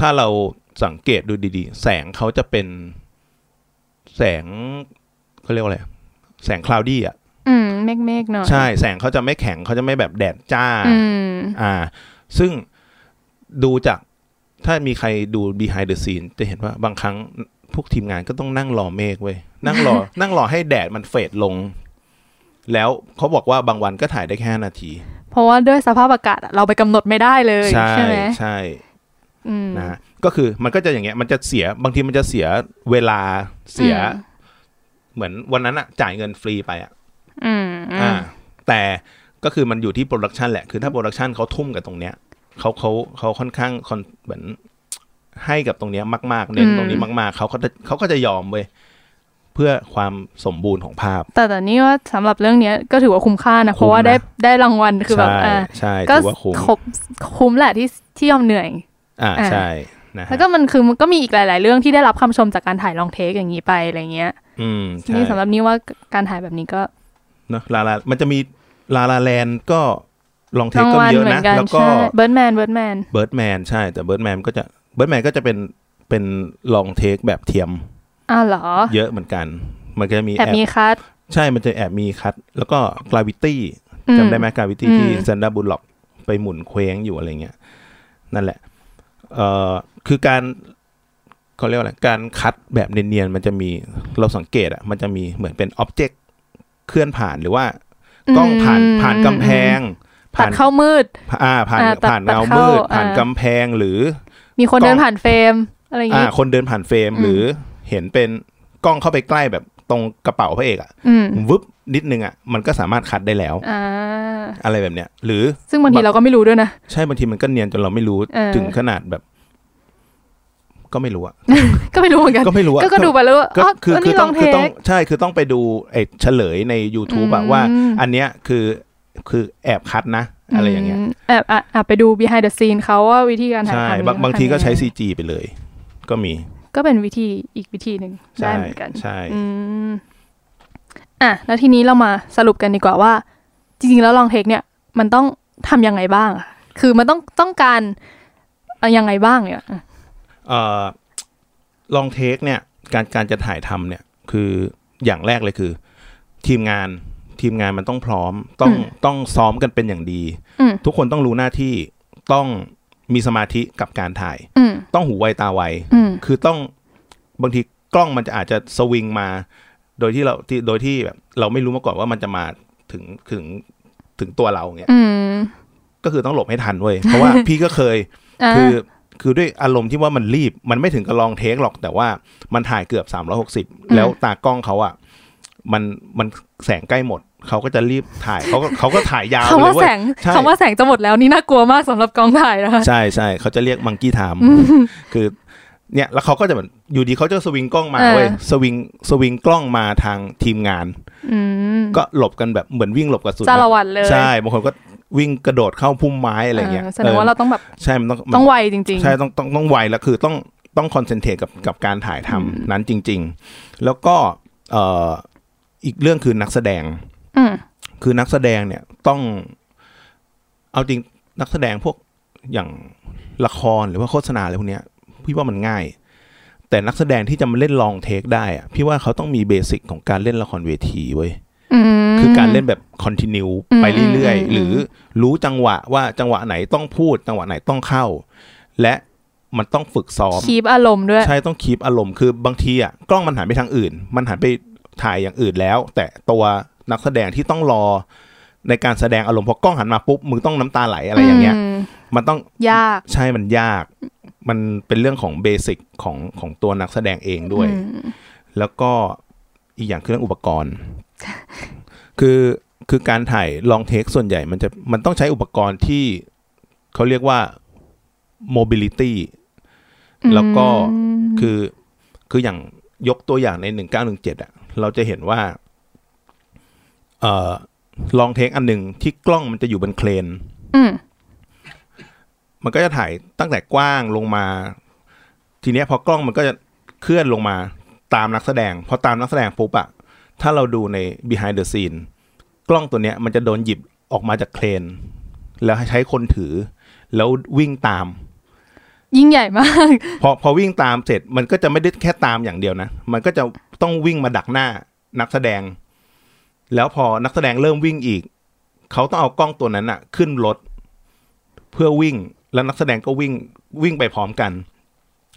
Speaker 3: ถ้าเราสังเกตดูดีๆ แสงเขาจะเป็นแสงเขาเรียกว่าอะไร แสงคลาวดี้อ่ะ
Speaker 2: อืมเมฆเมฆๆหน่อย
Speaker 3: ใช่ แสงเขาจะไม่แข็งเขาจะไม่แบบแดดจ้า
Speaker 2: อืม
Speaker 3: อ่า ซึ่งดูจากถ้ามีใครดู behind the scene จะเห็นว่าบางครั้งพวกทีมงานก็ต้องนั่งรอเมฆเว้ย นั่
Speaker 2: <laughs>
Speaker 3: งรอ นั่งรอให้แดดมันเฟดลง แล้วเขาบอกว่าบางวันก็ถ่ายได้แค่5นาที
Speaker 2: เพราะว่าด้วยสภาพอากาศอะเราไปกำหนดไม่ได้เลย
Speaker 3: ใช่
Speaker 2: ไหม
Speaker 3: ใช่
Speaker 2: อืม
Speaker 3: นะฮะก็คือมันก็จะอย่างเงี้ย มันจะเสียบางทีมันจะเสียเวลาเสีย
Speaker 2: อืม
Speaker 3: เหมือนวันนั้นอะจ่ายเงินฟรีไปอะ
Speaker 2: อืมอื
Speaker 3: อ่าม แต่ก็คือมันอยู่ที่โปรดักชันแหละ คือถ้าโปรดักชันเขาทุ่มกับตรงเนี้ยเขาเขาเขาค่อนข้างคอนเหมือน ให้กับตรงเนี้ยมาก ๆ เน้นตรงนี้มาก ๆ เขาก็จะเขาก็จะยอมเว้ยเพื่อความสมบูรณ์ของภาพ
Speaker 2: แต่แต่นี่ว่าสำหรับเรื่องเนี้ยก็ถือว่าคุ้มค่านะ เพราะว่า
Speaker 3: คุ้มนะ
Speaker 2: ได้ได้รางวัลคือแบบ
Speaker 3: ใช่
Speaker 2: อ่า
Speaker 3: ใช่
Speaker 2: ก็
Speaker 3: ถือว่าคุ้ม
Speaker 2: ครบคุ้มแหละที่ที่ยอมเหนื่อย
Speaker 3: อ่า
Speaker 2: อ่า
Speaker 3: ใช่นะฮะ
Speaker 2: แล้วก็มันคือมันก็มีอีกหลาย ๆ เรื่องที่ได้รับคำชมจากการถ่ายลองเทคอย่างนี้ไปอะไรเงี้ย
Speaker 3: อืมใช่
Speaker 2: นี่สำหรับนี่ว่าการถ่ายแบบนี้ก็
Speaker 3: เนอะลาลามันจะมีลาลาแลนก็ลองเทค
Speaker 2: ราง
Speaker 3: ก็
Speaker 2: วัล
Speaker 3: เยอะ
Speaker 2: เหมือ
Speaker 3: นะ
Speaker 2: นกัน
Speaker 3: แล้วก็
Speaker 2: ใช่เบิร์ดแมนเบิร์ดแมน
Speaker 3: เบิร์ดแมนใช่ แต่เบิร์ดแมนก็จะเบิร์ดแมนก็จะเป็นเป็นลองเทคแบบเทียม
Speaker 2: อ้าวเหรอ
Speaker 3: เยอะเหมือนกัน มันก็จะมี
Speaker 2: แอบ
Speaker 3: แอบ
Speaker 2: มีคัท
Speaker 3: ใช่ มันจะแอบมีคัด แล้วก็กราวิตี้
Speaker 2: อืม
Speaker 3: จำได้ไหมกราวิตี้
Speaker 2: อืม
Speaker 3: ที่ซันดาบุลล็อกไปหมุนเคว้งอยู่อะไรเงี้ย นั่นแหละ เอ่อ คือการเขาเรียกว่าอะไร การคัดแบบเนียนๆ มันจะมี เราสังเกตอะมันจะมีเหมือนเป็นอ็อบเจกต์เคลื่อนผ่านหรือว่า กล้องผ่าน
Speaker 2: ม
Speaker 3: ผ่านกำแพง
Speaker 2: ตั
Speaker 3: ผ่า
Speaker 2: ด
Speaker 3: น
Speaker 2: เข้ามืด
Speaker 3: อ่าผ่าน
Speaker 2: อ่าตัด
Speaker 3: ผ่าน
Speaker 2: ตัด
Speaker 3: เงา
Speaker 2: เข้ามื
Speaker 3: มืด
Speaker 2: อ่า
Speaker 3: ผ่านกำแพงหรือ
Speaker 2: มีคนเดิ
Speaker 3: กล้
Speaker 2: น
Speaker 3: อง
Speaker 2: ผ่านเฟรมอะไรอย่าง
Speaker 3: อ่า
Speaker 2: งี้
Speaker 3: คนเดินผ่านเฟรม
Speaker 2: อืม
Speaker 3: หรือเห็นเป็นกล้องเข้าไปใกล้แบบตรงกระเป๋าพระเอกอะ
Speaker 2: อืม
Speaker 3: วึบนิดนึงอะมันก็สามารถคัดได้แล้ว
Speaker 2: อ่า
Speaker 3: อะไรแบบเนี้ย หรือ
Speaker 2: ซึ่งบางทีเราก็ไม่รู้ด้วยนะ
Speaker 3: ใช่บางทีมันก็เนียนจนเราไม่รู้
Speaker 2: เออ
Speaker 3: ถึงขนาดแบบ ก็ไม่รู้อะ
Speaker 2: ก็ไม่รู้เหมือนกัน
Speaker 3: ก็ไม่รู้อะ
Speaker 2: ก็ก็ดูไปแล้วว่า
Speaker 3: ก็
Speaker 2: อ๋อ
Speaker 3: คือ
Speaker 2: เออ
Speaker 3: คือ
Speaker 2: นี่ล
Speaker 3: ต้อ
Speaker 2: อง งเท
Speaker 3: คือต้อง
Speaker 2: ค
Speaker 3: ใช่คือต้องไปดูไอ้เฉลยใน YouTube อะ
Speaker 2: อืม
Speaker 3: ว่า อันเนี้ยคือคือแอบคัดนะ อะไรอย่างเงี้ย
Speaker 2: มแอบอ่ะอ่ะไปดู behind the scene เขาว่าวิธีการถ่าย
Speaker 3: ใช่
Speaker 2: ทำ
Speaker 3: บางบางทีก็ใช้
Speaker 2: ทำยังไง
Speaker 3: CG ไปเลย ก็มี
Speaker 2: ก็เป็นวิธีอีกวิธีหนึ่งได้
Speaker 3: ใช่
Speaker 2: เหมือนกัน
Speaker 3: ใช่
Speaker 2: อืมอ่ะแล้วทีนี้เรามาสรุปกันดีกว่าว่า จริงๆแล้วลองเทคเนี่ย มันต้องทำยังไงบ้างอะคือมันต้องต้องการเอ่อยังไงบ้างเนี่ยอ่ะ
Speaker 3: เอ่อลองเทคเนี่ยการการจะถ่ายทำเนี่ยคืออย่างแรกเลยคือ ทีมงานทีมงานมันต้องพร้อม ต้องต้องซ้อมกันเป็นอย่างดี
Speaker 2: อืม
Speaker 3: ทุกคนต้องรู้หน้าที่ต้องมีสมาธิกับการถ่าย
Speaker 2: อืม
Speaker 3: ต้องหูไวตาไว
Speaker 2: อืม
Speaker 3: คือต้องบางทีกล้องมันจะอาจจะสวิงมา โดยที่เราที่โดยที่แบบเราไม่รู้มาก่อนว่ามันจะมาถึงถึงถึงตัวเราเงี้ย
Speaker 2: อืม
Speaker 3: ก็คือต้องหลบให้ทันเว้ยเพราะว่า <laughs> พี่ก็เคย
Speaker 2: อ่า
Speaker 3: คือคือด้วยอารมณ์ที่ว่ามันรีบ มันไม่ถึงกับลองเทคหรอก แต่ว่ามันถ่ายเกือบ 360 แล้วตากล้องเขาอ่ะมันมันแสงใกล้หมด เขาก็จะรีบถ่ายเขาก็เขาก็ถ่ายยาวเล
Speaker 2: คำ
Speaker 3: ย
Speaker 2: ว่า
Speaker 3: เว้
Speaker 2: แส
Speaker 3: ย
Speaker 2: ง
Speaker 3: ใช่
Speaker 2: คำว่าแสงจะหมดแล้วนี่น่ากลัวมากสำหรับกองถ่ายนะคะ
Speaker 3: ใช่ใช่เขาจะเรียกมังกี้ไทม์คือเนี่ยแล้วเขาก็จะเหมือนอยู่ดีเขาจะสวิงกล้องมาเว้ยสวิงสวิงกล้องมาทางทีมงาน
Speaker 2: อืม
Speaker 3: ก็หลบกันแบบเหมือนวิ่งหลบกระสุน
Speaker 2: จ้าละ
Speaker 3: อะ
Speaker 2: วันเลย
Speaker 3: ใช่บางคนก็วิ่งกระโดดเข้าพุ่มไม้อะไรเงี้ย
Speaker 2: าแสดงว่าเราต้องแบบ
Speaker 3: ใช่มันต้องมัน
Speaker 2: ต้องไวจริง ๆ
Speaker 3: ใช่ต้องต้องต้องไวแล้วคือต้องต้องคอนเซนเทรตกับกับการถ่ายทำนั้นจริง ๆ แล้วก็เอ่ออีกเรื่องคือนักแสดง
Speaker 2: อืม
Speaker 3: คือนักแสดงเนี่ยต้อง เอาจริงนักแสดงพวกอย่างละครหรือว่าโฆษณาอะไรพวกเนี้ย พี่ว่ามันง่าย แต่นักแสดงที่จะมาเล่นลองเทคได้อะพี่ว่าเขาต้องมีเบสิกของการเล่นละครเวทีเว้ย
Speaker 2: ม
Speaker 3: คือการเล่นแบบคอนติเนียไปเรื่อย
Speaker 2: อืม
Speaker 3: ๆ
Speaker 2: อืม
Speaker 3: หรือรู้จังหวะว่าจังหวะไหนต้องพูด จังหวะไหนต้องเข้า และมันต้องฝึกซ้อม
Speaker 2: คีบอารมณ์ด้วย
Speaker 3: ใช่ต้องคีปอารมณ์คือบางทีอ่ะกล้องมันหันไปทางอื่น มันหันไปถ่ายอย่างอื่นแล้ว แต่ตัวนักแสดงที่ต้องรอในการแสดงอารมณ์พอกล้องหันมาปุ๊บมึงต้องน้ำตาไหลอะไรอย่างเงี้ย
Speaker 2: ม
Speaker 3: มันต้อง
Speaker 2: ยาก
Speaker 3: ใช่มันยาก มันเป็นเรื่องของเบสิกของของตัวนักแสดงเองด้วย
Speaker 2: อืม
Speaker 3: แล้วก็อีกอย่างคือเรื่องอุปกรณ์ <laughs> คือคือการถ่ายลองเทคส่วนใหญ่มันจะมันต้องใช้อุปกรณ์ที่เขาเรียกว่า mobility แล้วก็
Speaker 2: อืม
Speaker 3: คือคืออย่างยกตัวอย่างในหนึ่งเก้าหนึ่งเจ็ดอะเราจะเห็นว่าเอ่อลองเทคอันหนึ่งที่กล้องมันจะอยู่บนเครน
Speaker 2: ม
Speaker 3: มันก็จะถ่ายตั้งแต่กว้างลงมา ทีเนี้ยพอกล้องมันก็จะเคลื่อนลงมาตามนักแสดง พอตามนักแสดงปุ๊บอะถ้าเราดูใน behind the scene กล้องตัวเนี้ยมันจะโดนหยิบออกมาจากเครน แล้วให้ใช้คนถือ แล้ววิ่งตาม
Speaker 2: ยิ่งใหญ่มาก
Speaker 3: พอพอวิ่งตามเสร็จมันก็จะไม่ได้แค่ตามอย่างเดียวนะ มันก็จะต้องวิ่งมาดักหน้านักแสดง แล้วพอนักแสดงเริ่มวิ่งอีก เขาต้องเอากล้องตัวนั้นอะขึ้นรถ เพื่อวิ่งแล้วนักแสดงก็วิ่งวิ่งไปพร้อมกัน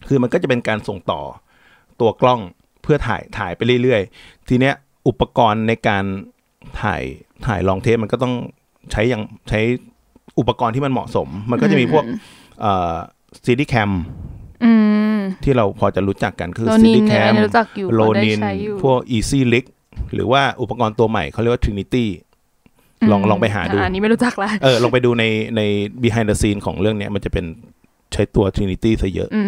Speaker 3: คือมันก็จะเป็นการส่งต่อตัวกล้องเพื่อถ่ายถ่ายไปเรื่อยๆ ทีเนี้ยอุปกรณ์ในการถ่ายถ่ายลองเทปมันก็ต้องใช้อย่างใช้อุปกรณ์ที่มันเหมาะสม มันก็จะมีพวกเอ่อซีดีแคม
Speaker 2: อืม
Speaker 3: ที่เราพอจะรู้จักกันคือ
Speaker 2: โล
Speaker 3: ซิ
Speaker 2: นิ
Speaker 3: ลิ
Speaker 2: น
Speaker 3: แค
Speaker 2: เนี่
Speaker 3: ม
Speaker 2: ยรู้จักอยู่
Speaker 3: โล
Speaker 2: เราได้
Speaker 3: นิน
Speaker 2: ใช้อยู่
Speaker 3: พวก Easy l i c หรือว่าอุปกรณ์ตัวใหม่เขาเรียกว่า Trinity ลอง
Speaker 2: ม
Speaker 3: ลองไปหาดู
Speaker 2: อันนี้ไม่รู้จักละ
Speaker 3: <laughs> เออลองไปดูในใน behind the scene ของเรื่องเนี้ยมันจะเป็นใช้ตัว Trinity ซะเยอะ
Speaker 2: อื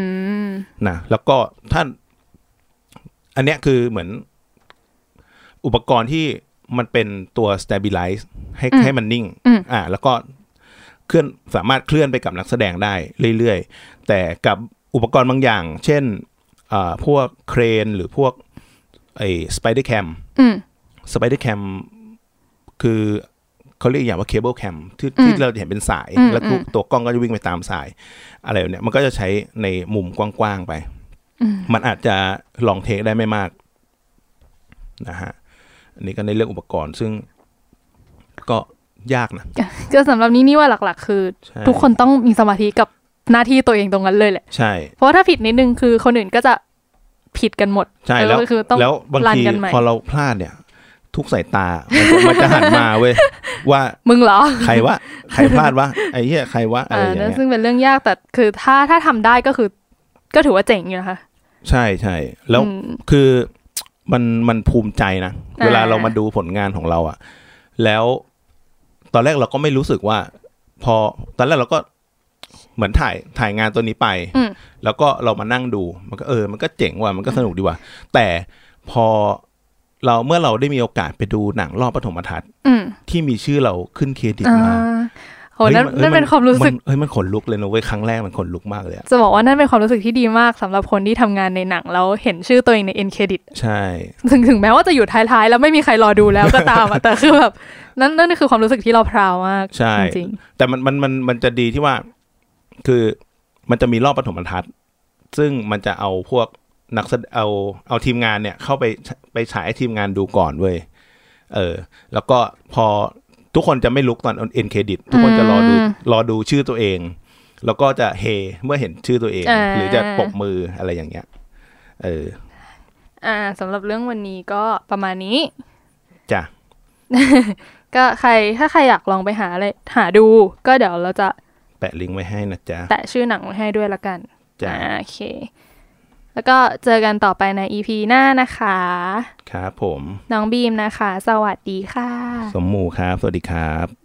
Speaker 2: ม
Speaker 3: นะแล้วก็ท่าน อันเนี้ยคือเหมือนอุปกรณ์ที่มันเป็นตัว stabilize ให้ให้มันนิ่ง อ่า แล้วก็เคลื่อนสามารถเคลื่อนไปกับนักแสดงได้เรื่อยๆ แต่กับอุปกรณ์บางอย่าง เช่นอ่าพวกเครนหรือพวกไอ้สไปเดอร์แคม
Speaker 2: อืม
Speaker 3: สไปเดอร์แคมคือเขาเรียกอกอย่างว่าเคเบิลแคมที่ที่
Speaker 2: อืม
Speaker 3: เราจะเห็นเป็นสาย
Speaker 2: อืม
Speaker 3: แล้ว
Speaker 2: อืม
Speaker 3: ตัวกล้องก็จะวิ่งไปตามสาย อะไรแบบเนี้ยมันก็จะใช้ในมุมกว้างๆไป มันอาจจะลองเทคได้ไม่มากนะฮะอันนี้ก็ในเรื่องอุปกรณ์ซึ่งก็ยากนะ
Speaker 2: ก็สำหรับนี้นี่ว่าหลักๆ คือ
Speaker 3: ใช่
Speaker 2: ทุกคนต้องมีสมาธิกับหน้าที่ตัวเองตรงนั้นเลยแหละ
Speaker 3: ใช่
Speaker 2: เพราะว่าถ้าผิดนิดนึงคือคนอื่นก็จะผิดกันหมด
Speaker 3: ใช่
Speaker 2: เออ
Speaker 3: แล้ว
Speaker 2: คือต้อง
Speaker 3: แล้วบาง
Speaker 2: รัน
Speaker 3: ที
Speaker 2: กันใหม่
Speaker 3: พอเราพลาดเนี่ย ทุกสายตา มันจะมันจะหันมาเว้ยว่า
Speaker 2: มึงเหรอ
Speaker 3: ใครวะใครพลาดวะไอ้เหี้ยใครวะอะ
Speaker 2: เอ
Speaker 3: ไรอ
Speaker 2: อย่างนั่น
Speaker 3: เงี้ย
Speaker 2: ซึ่งเป็นเรื่องยากแต่คือถ้าถ้าทำได้ก็คือ ก็ถือว่าเจ๋งอยู่นะคะ
Speaker 3: ใช่ใช่แล้ว
Speaker 2: อืม
Speaker 3: คือมันมันภูมิใจนะ
Speaker 2: อ่า
Speaker 3: เวลาเรามาดูผลงานของเราอะแล้วตอนแรกเราก็ไม่รู้สึกว่า พอตอนแรกเราก็เหมือนถ่ายถ่ายงานตัวนี้ไป
Speaker 2: อืม
Speaker 3: แล้วก็เรามานั่งดูมันก็เออ มันก็เจ๋งว่ะมันก็สนุกดีว่ะแต่พอเราเมื่อเราได้มีโอกาสไปดูหนังรอบปฐมทัศน์
Speaker 2: อืม
Speaker 3: ที่มีชื่อเราขึ้นเครดิต
Speaker 2: อ่า
Speaker 3: มา
Speaker 2: โหนั่น
Speaker 3: ฮ้ย
Speaker 2: นั่นเป็นความรู้สึก
Speaker 3: นเฮ้ยมันขนลุกเลยนะเว้ยครั้งแรกมันขนลุกมากเลยอะ
Speaker 2: จะบอกว่านั่นเป็นความรู้สึกที่ดีมากสำหรับคนที่ทำงานในหนังแล้วเห็นชื่อตัวเองในเอ็นเครดิต
Speaker 3: ใช่
Speaker 2: ถึงถึงแม้ว่าจะอยู่ท้ายๆ แล้วไม่มีใครรอดูแล้วก็ตามอะ <laughs> แต่คือแบบนั่นนั่นคือความรู้สึกที่เราพราวมาก
Speaker 3: ใช่
Speaker 2: จริง
Speaker 3: แต่มันมันมันมันจะดีที่ว่า คือมันจะมีรอบปฐมบรรทัด ซึ่งมันจะเอาพวกนักแสดเอาเอาทีมงานเนี่ย เข้าไปไปฉายให้ทีมงานดูก่อนเว้ยเออ แล้วก็พอทุกคนจะไม่ลุกตอนเอ็นเครดิตทุกคนจะรอดูรอดูชื่อตัวเอง แล้วก็จะเฮเมื่อเห็นชื่อตัวเอง หรือจะปรบมืออะไรอย่างเงี้ย เออ
Speaker 2: ๆอ่าสำหรับเรื่องวันนี้ก็ประมาณนี้
Speaker 3: จ้ะ
Speaker 2: ก็ใครถ้าใครอยากลองไปหาอะไรหาดู ก็เดี๋ยวเราจะ
Speaker 3: แปะลิงก์ไว้ให้นะจ๊ะ
Speaker 2: แตะชื่อหนังไว้ให้ด้วยละกัน
Speaker 3: จ้ะ
Speaker 2: อ่าโอเค แล้วก็เจอกันต่อไปใน EP หน้านะคะ
Speaker 3: ครับผม
Speaker 2: น้องบีมนะคะ สวัสดีค่ะ
Speaker 3: สมหมูครับ สวัสดีครับ